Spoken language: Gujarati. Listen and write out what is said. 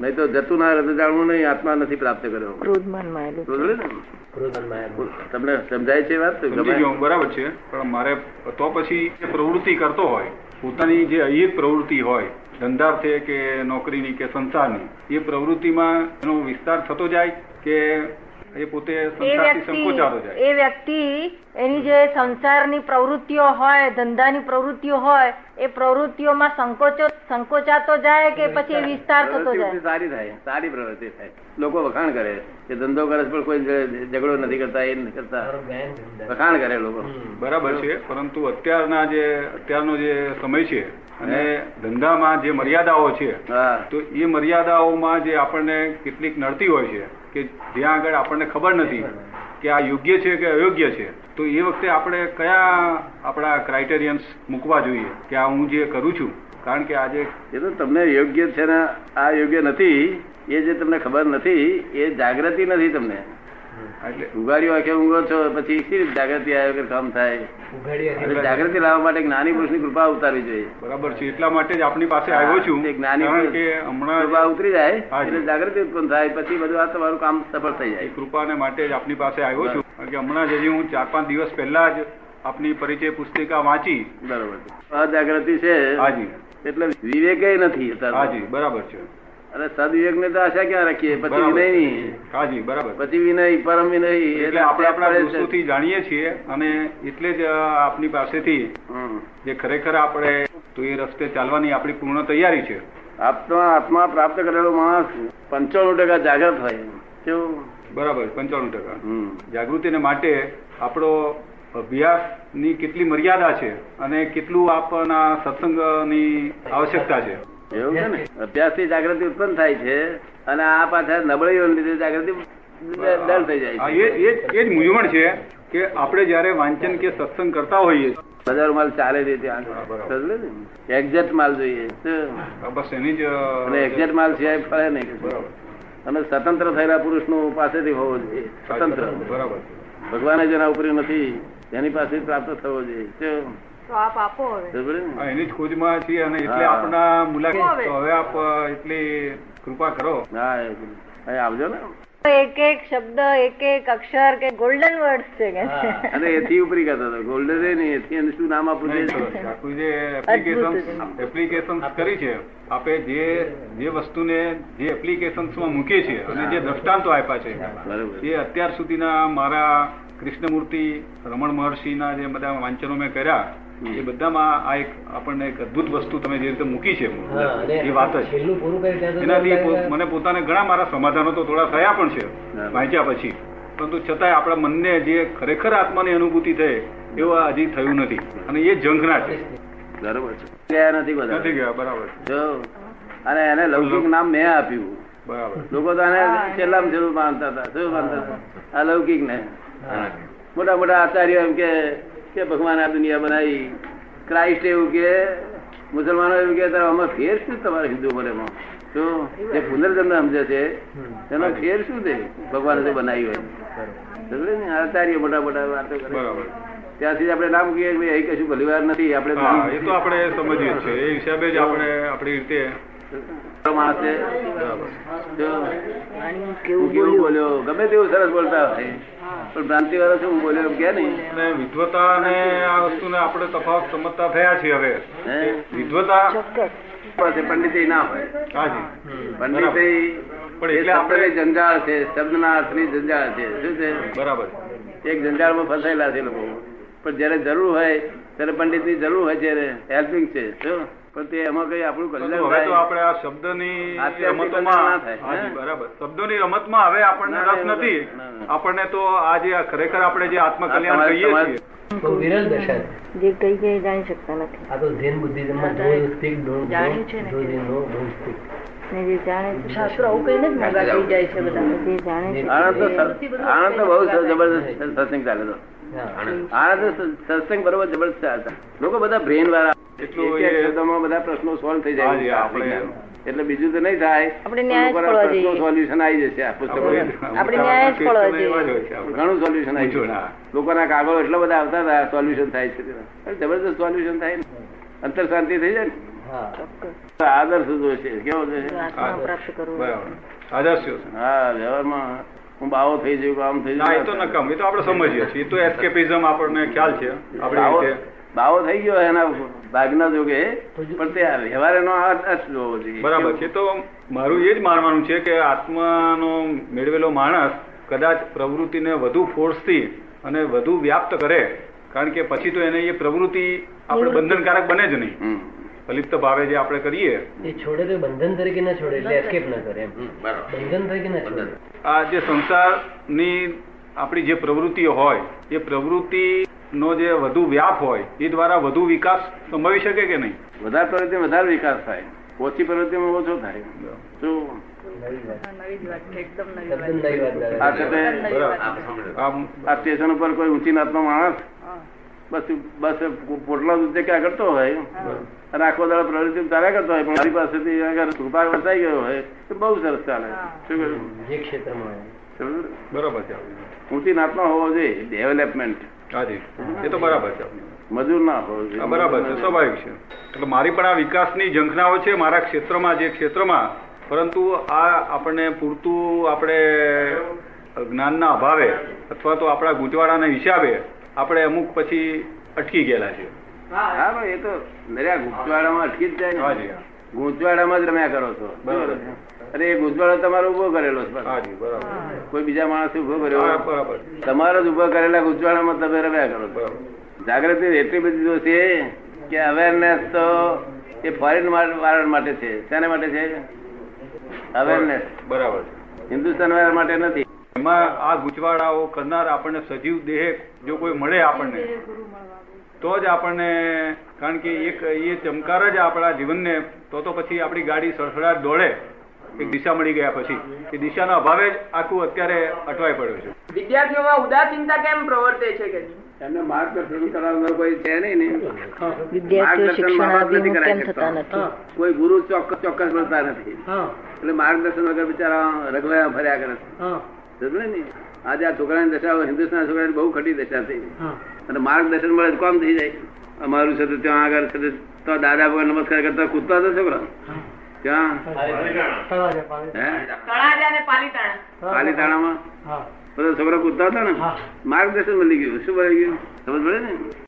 નહીં તો જતું ના રહેતું જાણવું નહીં આત્મા નથી પ્રાપ્ત કર્યો ક્રોધમાન માયેલું છે. બરોબર ને? તમને સમજાય છે વાત સમજી ગયો હું, બરાબર છે પણ મારે તો પછી જે પ્રવૃત્તિ કરતો હોય પોતાની જે અહિત પ્રવૃત્તિ હોય ધંધાર્થે કે નોકરીની કે સંસારની એ પ્રવૃત્તિમાં એનો વિસ્તાર થતો જાય કે એ પોતે એ સંસારથી સંકોચાતો વ્યક્તિ જાય એ વ્યક્તિ એની જે સંસારની પ્રવૃત્તિઓ હોય ધંધાની પ્રવૃત્તિઓ હોય એ પ્રવૃત્તિઓમાં સંકોચો સંકોચાતો જાય કે પછી એ વિસ્તાર થતો પ્રવૃત્તિ જાય સારી થાય સારી પ્રવૃત્તિ થાય લોકો વખાણ કરે કે ધંધો કરે છે પણ કોઈ જ- ઝઘડો નથી કરતા એ નથી કરતા વખાણ કરે લોકો બરાબર છે પરંતુ અત્યારના જે અત્યારનો જે સમય છે અને ધંધામાં જે મર્યાદાઓ છે હા તો એ મર્યાદાઓમાં જે આપણને કેટલીક નડતી હોય છે કે જ્યાં આગળ આપણને ખબર નથી કે આ યોગ્ય છે કે અયોગ્ય છે તો એ વખતે આપણે કયા આપણા ક્રાઇટેરિયન્સ મૂકવા જોઈએ કે આ હું જે કરું છું કારણ કે આજે એ તો તમને યોગ્ય છે ને આ યોગ્ય નથી એ જે તમને ખબર નથી એ જાગૃતિ નથી તમને એટલે ઉઘાડી વાંખે ઊંઘો છો પછી શી રીતે જાગૃતિ આવ્યા વગર કામ થાય हम्म। એટલે જાગૃતિ લાવવા માટે જ્ઞાની પુરુષની કૃપા ઉતારવી જોઈએ બરાબર છે એટલા માટે જ આપણી પાસે આવ્યો છું તે જ્ઞાની કારણ કે પુરુષ હમણાં કૃપા ઉતરી જાય હા જી. એટલે જાગૃતિ ઉત્પન્ન થાય પછી બધું આ તમારું કામ સફળ થઈ એ જાય કૃપાને માટે જ આપની પાસે આવ્યો છું કારણ કે હમણાં જ હજી હું ચાર પાંચ દિવસ પહેલા જ આપની પરિચય પુસ્તિકા વાંચી બરોબર આ જાગૃતિ છે હાજી એટલે વિવેકે નથી અત્યારે. હાજી બરાબર છે અને સદવિવેક ને તો આશા ક્યાં રાખીએ પછી બરાબર વિનય છે. ની હાજી બરાબર પછી વિનય પરમ વિનય એટલે આપણે આપણા પડે છે. દોસ્તોથી જાણીએ છીએ અને એટલે જ આપની પાસેથી હમ. જે ખરેખર આપણે તો એ રસ્તે ચાલવાની આપણી પૂર્ણ તૈયારી છે આપનો આત્મા પ્રાપ્ત કરેલો માણસ પંચાણું ટકા જાગૃત હોય કેવું બરાબર પંચાણું ટકા હમ. જાગૃતિને માટે આપણો અભ્યાસની કેટલી મર્યાદા છે અને કેટલું આપના સત્સંગની આવશ્યકતા છે એવું છે ને અભ્યાસથી જાગૃતિ ઉત્પન્ન થાય છે અને આ પાછા નબળીઓને લીધે જાગૃતિ ડલ થઈ જાય હા, છે એ એ જ- એ જ મૂંઝવણ છે કે આપણે જ્યારે વાંચન કે સત્સંગ કરતા હોઈએ બજાર માલ ચાલે છે ત્યાં હા, બરાબર. સમજ્યો ને? Exact માલ જોઈએ શું? બસ એની જ અને exact માલ સિવાય ફળે નહીં બરાબર અને સ્વતંત્ર થયેલા પુરુષનું પાસેથી હોવો જોઈએ સ્વતંત્ર બરાબર ભગવાને જેના ઉપરી નથી તેની પાસે પ્રાપ્ત થવો જોઈએ શું? તો આપ આપો હવે સમજ્યો ને? હા, એની જ ખોજમાં છીએ અને એટલે હા. આપના મુલાકાત હવે. તો હવે આપ અ, એટલી કૃપા કરો હા એ બધું. અહીં આવજો ને એક એક શબ્દ એક એક અક્ષર કે ગોલ્ડન વર્ડ્સ છે हाँ। કે અને એથી ઉપરી કરતા હતા ગોલ્ડન રે ને એથી એને શું નામ આપવું નહીં, છે? સરસ. આખું જે એપ્લિકેશન એપ્લિકેશન્સ કરી છે આપે જે જે વસ્તુને જે એપ્લિકેશન્સમાં મૂકીએ છીએ અને જે દ્રષ્ટાંતો આપ્યા છે બરોબર એ અત્યાર સુધીના મારા કૃષ્ણમૂર્તિ રમણ મહર્ષિના જે બધા વાંચનો મેં કર્યા એ બધામાં આ એક આપણને એક અદ્ભુત વસ્તુ તમે જે રીતે મૂકી છે हाँ, એ વાત જ છેલ્લું પૂરું કરી ત્યાં તો એનાથી તમને પો- મને પોતાને ઘણા મારા સમાધાનો તો થોડા થયા પણ છે બરાબર. વાંચ્યા પછી પરંતુ છતાંય આપણા મનને જે ખરેખર આત્માની અનુભૂતિ થઈ એવું આ હજી થયું નથી અને એ જંખના છે બરોબર છે ગયા નથી બધા નથી ગયા બરાબર છે. જો અને એને લૌકિક નામ મેં આપ્યું બરાબર લોકો તો આને છેલ્લામાં છેલ્લું માનતા હતા શું માનતા હતા અલૌકિક ને મોટા મોટા આચાર્યો એમ કે કે ભગવાને આ દુનિયા બનાવી ક્રાઇસ્ટ એવું કે મુસલમાનો એવું કે તારા આમાં ફેર શું તમારા હિન્દુ બોલેમાં શું જે પુનર્જન્મ સમજે છે તેનો ફેર શું છે ભગવાને જે બનાવી હોય સમજે ને? આચાર્ય મોટા મોટા વાતો કરે બરાબર ત્યાંથી જ આપણે નામ કહીએ કે ભાઈ અહીં કશું ભલીવાર નથી આપણે હા એ તો આપણે સમજીએ જ છે એ હિસાબે જ આપણે આપણી રીતે માણસ છે બરાબર જો વાણી હું કેવું કેવું બોલ્યું બોલ્યો ગમે તેવું સરસ બોલતા હોય પણ ભ્રાંતિ વાળો શું બોલ્યો એમ કે નહીં અને વિદ્વતા અને આ વસ્તુને આપણે તફાવત સમજતા થયા છીએ હવે હે? વિદ્વતા ચોક્કસ પાસે પંડિતય ના હોય હાજી પંડિતય પણ એ એટલે આપણે- શબ્દની જંજાળ છે શબ્દના અર્થની જંજાળ છે શું છે બરાબર એક જંજાળમાં ફસાયેલા છે લોકો પણ જ્યારે જરૂર હોય ત્યારે પંડિતની જરૂર હોય જ્યારે હેલ્પિંગ છે શું પણ તે એમાં કઈ આપણું કલ્યાણ હવે તો થાય આપણે આ શબ્દની આત્યંતિક ના રમતોમાં થાય. હાજી, બરાબર શબ્દોની રમતમાં હવે આપણને ના, રસ ના, નથી ના, ના. આપણને તો આ જે આ ખરેખર આપણે જે આત્મકલ્યાણ આ તમારે- કહીએ તમારે- છીએ કોઈ વિરલ દશા છે. જે કઈ કઈ જાણી શકતા નથી આ તો જૈન બુદ્ધિઝમમાં દાદા એ ધ્રુવ સ્થિત, ધ્રુવ- જાણ્યું છે ને ધ્રુવ કે- જૈન, ધ્રુવ- ધ્રુવ સ્થિત. ને જે જાણે છે શાસ્ત્ર આવું કહીને જ મોંઘા થઈ જાય છે બધા અને જે જાણે છે આણંદ તો સર- આણંદ તો બહુ જબરદસ્ત સત્સંગ ચાલે તો હા. हाँ। આણંદ તો સત્સંગ બરોબર જબરદસ્ત ચાલતા લોકો બધા બ્રેન વાળા એટલું એક એક એ- શબ્દમાં બધા પ્રશ્નો સોલ્વ થઈ હા, જી, જાય આપણે- એટલે બીજું તો નહીં થાય આપણે ન્યાય જ પડવા પણ લોકોના પ્રશ્નો જઈએ. સોલ્યુશન આવી જશે આ પુસ્તકમાં. આપણે ન્યાય જ પડવા જઈએ. એવા જ હોય છે આપણે. ઘણું સોલ્યુશન આવી પૂછો ના. જશે લોકોના કાગળો એટલા બધા આવતા હતા સોલ્યુશન થાય છે તેના. અરે, જબરદસ્ત સોલ્યુશન થાય ને અંતર શાંતિ થઈ જાય ને હા આદર્શ જોશે કેવો જો જોશે આત્મા પ્રાપ્ત કરવું હોય. બરાબર આદર્શ્યો છે. હા વ્યવહારમાં હું બાવો થઈ જઉં કે આમ થઈ ના એ તો જઉં નકામ એ તો આપણે સમજીએ છીએ એ તો એસ્કેપિઝમ આપણને ખ્યાલ છે બાવો આપણે બાવો થઈ ગયો એના ભાગના જોગે પણ તે વ્યવહાર એનો અર્થ જોવો જોઈએ બરાબર છે તો મારું એ જ માનવાનું છે કે આત્માનો મેળવેલો માણસ કદાચ પ્રવૃત્તિને વધુ ફોર્સથી અને વધુ વ્યાપ્ત કરે કારણ કે પછી તો એને એ પ્રવૃત્તિ આપણે બંધનકારક બને જ નહીં હમ. અલિપ્ત ભાવે જે આપણે કરીએ એ છોડે તો બંધન તરીકે ના છોડે એટલે એસ્કેપ ના કરે એમ બંધન તરીકે ના છોડે આ જે સંસારની આપણી જે પ્રવૃત્તિઓ હોય એ પ્રવૃત્તિનો જે વધુ વ્યાપ હોય એ દ્વારા વધુ વિકાસ સંભવી શકે કે નહીં વધારે પ્રવૃત્તિ વધારે વિકાસ થાય ઓછી પ્રવૃત્તિમાં ઓછો થાય શું તદ્દન નવી વાત લાગે. આ સાથે આમ આ સ્ટેશન ઉપર કોઈ ઊંચી નાતનો માણસ બસ બસ પોટલા દૂધ દેખ્યા કરતો હોય અને આખો દાડો પ્રવૃત્તિ ચાલ્યા કરતો હોય પણ મારી પાસેથી અગર કૃપા વસાઈ ગયો હોય તો બહુ સરસ ચાલે શું કહ્યું જે ક્ષેત્રમાં હોય. સમજ્યું? બરાબર છે આપણી ઊંચી નાતનો હોવો જોઈએ ડેવલપમેન્ટ હાજી એ તો બરાબર છે આપણી મજૂર ના હોવો જોઈએ આ બરાબર છે સ્વાભાવિક છે એટલે મારી પણ આ વિકાસની ઝંખનાઓ છે મારા ક્ષેત્રમાં જે ક્ષેત્રમાં પરંતુ આ આપણને પૂરતું આપણે જ્ઞાનના અભાવે અથવા તો આપણા ગૂંચવાડાના હિસાબે આપણે અમુક પછી અટકી ગયેલા છે હા ભાઈ, એ તો નર્યા ગુંચવાડામાં અટકી જ જાય હાજી ને. ગુંચવાડામાં જ રમ્યા કરો છો બરાબર. અરે એ ગુંચવાડો તમારો ઉભો કરેલો છે પાછો. હાજી બરાબર કોઈ બીજા માણસ ઉભો હા, કર્યો બરાબર તમારો જ ઉભો કરેલા ગુંચવાડામાં તમે રમ્યા કરો છો બરાબર જાગૃતિ એટલી બધી તો છે કે અવેરનેસ તો એ ફોરેન વાળા માટે છે શેના માટે છે અવેરનેસ બરાબર છે હિન્દુસ્તાન વાળા માટે નથી એમાં આ ગુચવાડાઓ કરનાર આપણને સજીવ દેહ જો કોઈ મળે આપણને તો જ આપણને કારણ કે એક એ ચમકાર જ આપણા જીવનને તો તો પછી આપણી ગાડી સડસડાટ દોડે એક દિશા મળી ગયા પછી એ દિશાના અભાવે જ આખું અત્યારે અટવાઈ પડ્યું છે વિદ્યાર્થીઓમાં ઉદાસીનતા કેમ પ્રવર્તે છે કે એમને માર્ગદર્શન કરાવનાર કોઈ છે નહીં ને तो વિદ્યાર્થીઓ માર્ગદર્શન શિક્ષણ મા-બાપ નથી અભિમુખ કેમ કરાવી થતા શકતા. નથી કોઈ ગુરુ ચોક્કસ ચોક્કસ મળતા નથી હા એટલે માર્ગદર્શન વગર બિચારા રગવાયા ફર્યા કરે છે. હા સમજ્યું ને આજે આ છોકરાની દશા હિન્દુસ્તાન છોકરાની બહુ ખટી દશા થઈ હા અને માર્ગદર્શન મળે તો કોમ થઈ જાય અમારું છે તો ત્યાં આગળ છે તો તો દાદા ભગવાન નમસ્કાર કરતા કૂદતા હતા છોકરા ત્યાં હે તણાજા અને પાલીતાણા हाँ, પાલીતાણામાં બધો છોકરા કૂદતા હતા ને માર્ગદર્શન મળી ગયું શું મળી ગયું સમજ પડે ને